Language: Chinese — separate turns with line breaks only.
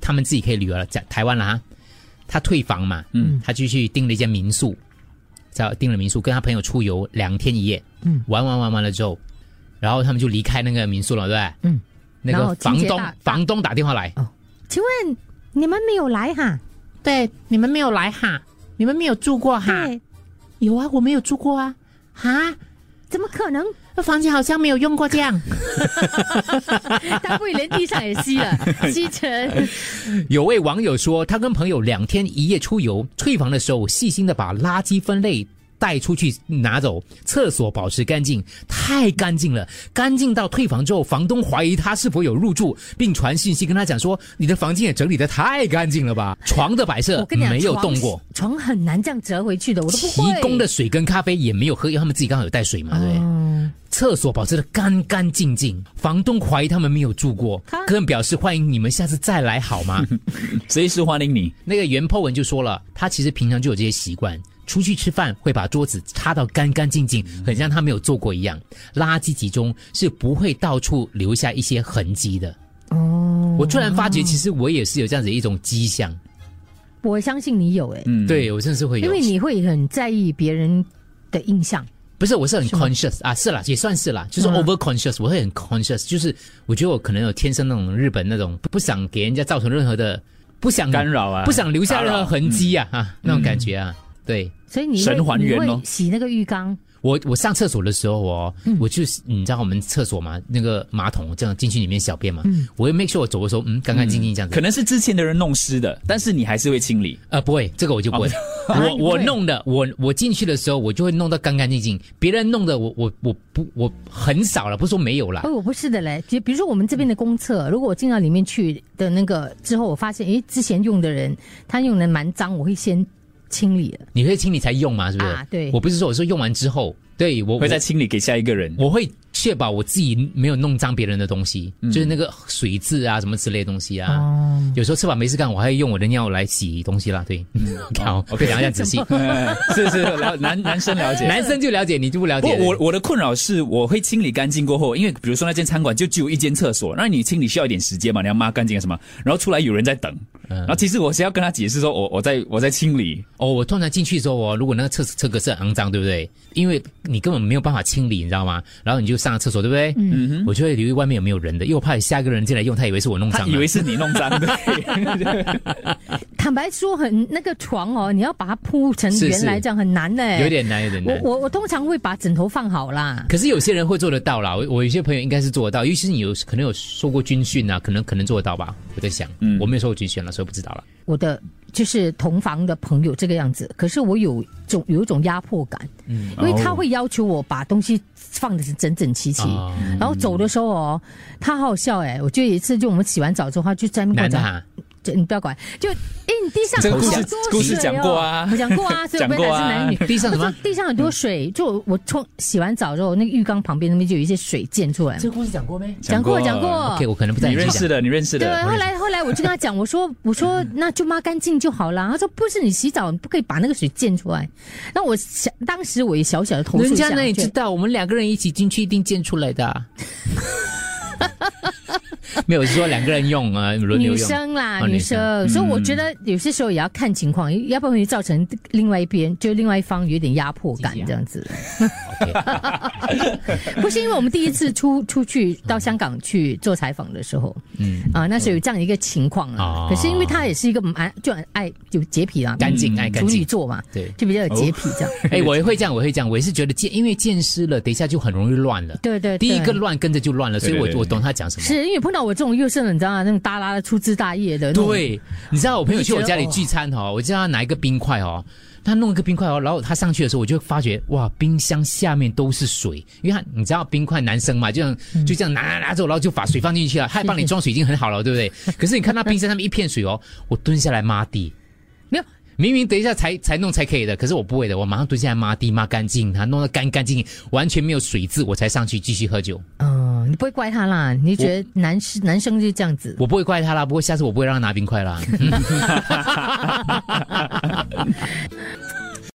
他们自己可以旅游了，在台湾啦、啊，他退房嘛，嗯，他就去订了一间民宿，在订了民宿，跟他朋友出游两天一夜，嗯，玩玩玩完了之后，然后他们就离开那个民宿了，对不对？
嗯，
那
然
个
后
房
清洁
东
大
房东打电话来，
请问你们没有来哈？
对，你们没有来哈，你们没有住过哈
对，
有啊，我没有住过啊，哈，
怎么可能？
那房间好像没有用过这 样。
他不会连地上也吸了， 吸尘。
有位网友说，他跟朋友两天一夜出游，退房的时候细心的把垃圾分类带出去拿走，厕所保持干净，太干净了，干净到退房之后，房东怀疑他是否有入住，并传信息跟他讲说，你的房间也整理的太干净了吧，床的摆
我
设
跟你讲，
没有动过。
床，床很难这样折回去的，我都不
提
会。
供的水跟咖啡也没有喝，因为他们自己刚好有带水嘛，对不对？
嗯，
厕所保持的干干净净，房东怀疑他们没有住过
哈，
更表示欢迎你们下次再来好吗？
随时欢迎你。
那个袁 po 文就说了，他其实平常就有这些习惯，出去吃饭会把桌子擦到干干净净，很像他没有做过一样。垃圾集中是不会到处留下一些痕迹的。
嗯
哦，
我突然发觉，其实我也是有这样子一种迹象，
我相信你有哎、
嗯，，
对我真的是会有，
因为你会很在意别人的印象。
不是我是很 conscious 啊，是啦，也算是啦，就是
嗯
over conscious，我会很 conscious，就是我觉得我可能有天生那种日本那种不不想给人家造成任何的不想
干扰
嗯
啊，嗯
不想留下任何痕迹
啊。
啊啊那种感觉啊，对。
所以你会
神还原哦
你会洗那个浴缸，
我我上厕所的时候哦，
嗯
我就是你知道我们厕所嘛，那个马桶这样进去里面小便嘛，
嗯
我会 make sure 我走的时候，嗯，干干净净这样子。
可能是之前的人弄湿的，但是你还是会清理。
呃，不会，这个我就不会。
啊
我
你不
我
会
弄的，我我进去的时候，我就会弄得干干净净。别人弄的我，我我不我很少了，不是说没有啦
哎，。我不是的嘞。就比如说我们这边的公厕，
嗯
如果我进到里面去的那个之后，我发现，诶，之前用的人他用的蛮脏，我会先清理了。
你会清理才用嘛，是不是？
啊对
我不是说我说用完之后，对我
会再
我
清理给下一 个人。
我会确保我自己没有弄脏别人的东西，就是那个水渍啊什么之类的东西啊。
嗯哦，
有时候吃饱没事干，我还会用我的尿来洗东西啦。对， 好，我可以讲一下仔 细。
哎是 是，了男男生了解。
男生就了解，你就不了
不
解。，
我我的困扰是，我会清理干净过后，因为比如说那间餐馆就只有一间厕所，那你清理需要一点时间嘛，你要抹干净啊什么，然后出来有人在等，然后其实我是要跟他解释说，我我在我在清理，
哦，我通常进去的时候，我如果那个厕厕格是很肮脏，对不对？因为你根本没有办法清理，你知道吗？然后你就上了厕所，对不对？嗯我就会留意外面有没有人的，因为我怕下一个人进来用，他以为是我弄
他
脏
以为
了。
是你弄脏的，
坦白说很，那个床哦，你要把它铺成
是是
原来这样很难呢。
有，点难，有点
我
难。
我我通常会把枕头放好啦。
可是有些人会做得到啦，我我有些朋友应该是做得到，尤其是你有可能有受过军训啊，可能可能做得到吧。我在想，
嗯
我没有受过军训了，所以不知道了。
我的就是同房的朋友这个样子，可是我有种有一种压迫感，
嗯
因为他会要求我把东西放的是整整齐齐，
哦
然后走的时候哦，他好好笑哎、我就有一次就我们洗完澡之后，他就在那
男
边跟
的
我讲，
哈，
就你不要管，就哎、你地上
这个
好
故事
多水哦
故事讲过啊
我讲过 啊，所以我不
讲过
管
啊
是男女。
地上
他
什
说
么？
地上很多水，就我我冲洗完澡之后，那个浴缸旁边那边就有一些水溅出来嘛。
个故事讲过没
讲过讲过
OK，我可能不在
你
记
认
得
识的，你认识
对，
的，
后来后来我就跟他讲，我说 我说那就抹干净就好啦。他说不是，你洗澡你不可以把那个水溅出来。那我想当时我也小小的投诉
人
一下，
家那里
就
知道，我们两个人一起进去一定见出来的、 啊。没有是说两个人用啊，轮流
女
用。
生啦，
哦
女
女
生，
生
所以我觉得有些时候也要看情况，要不然会造成另外一边就另外一方有点压迫感
谢谢啊
这样子。
OK，
不是因为我们第一次出出去到香港去做采访的时候，
嗯，
啊、那时候有这样一个情况啊
哦。
可是因为他也是一个蛮就很爱有洁癖啦，嗯
干净爱干
处女
净。
座嘛，
对，
就比较有洁癖这样。
哎，我也会这样，我也会这样，我也是觉得见，因为见湿了，等一下就很容易乱了。
对对对，
第一个乱跟着就乱了，所以我
对对对
我懂他讲什么。
是因为碰到我这种又是你知道吗？那种耷拉的粗枝大叶的，那种，
对，哎你知道我朋友去我家里
你就
聚餐哦，我叫他拿一个冰块哦，他弄一个冰块哦，然后他上去的时候，我就发觉哇，冰箱下面都是水，因为他你知道冰块男生嘛，就这样就这样拿拿拿走，然后就把水放进 去了，他还帮你装水已经很好了，对不 对？可是你看他冰箱上面一片水哦，我蹲下来抹地，
没有。
明明等一下才才弄才可以的，可是我不会的，我马上蹲下来抹地抹干净，它弄得干干净净，完全没有水渍，我才上去继续喝酒。
嗯、你不会怪他啦，你就觉得男生男生就是这样子。
我不会怪他啦，不过下次我不会让他拿冰块啦。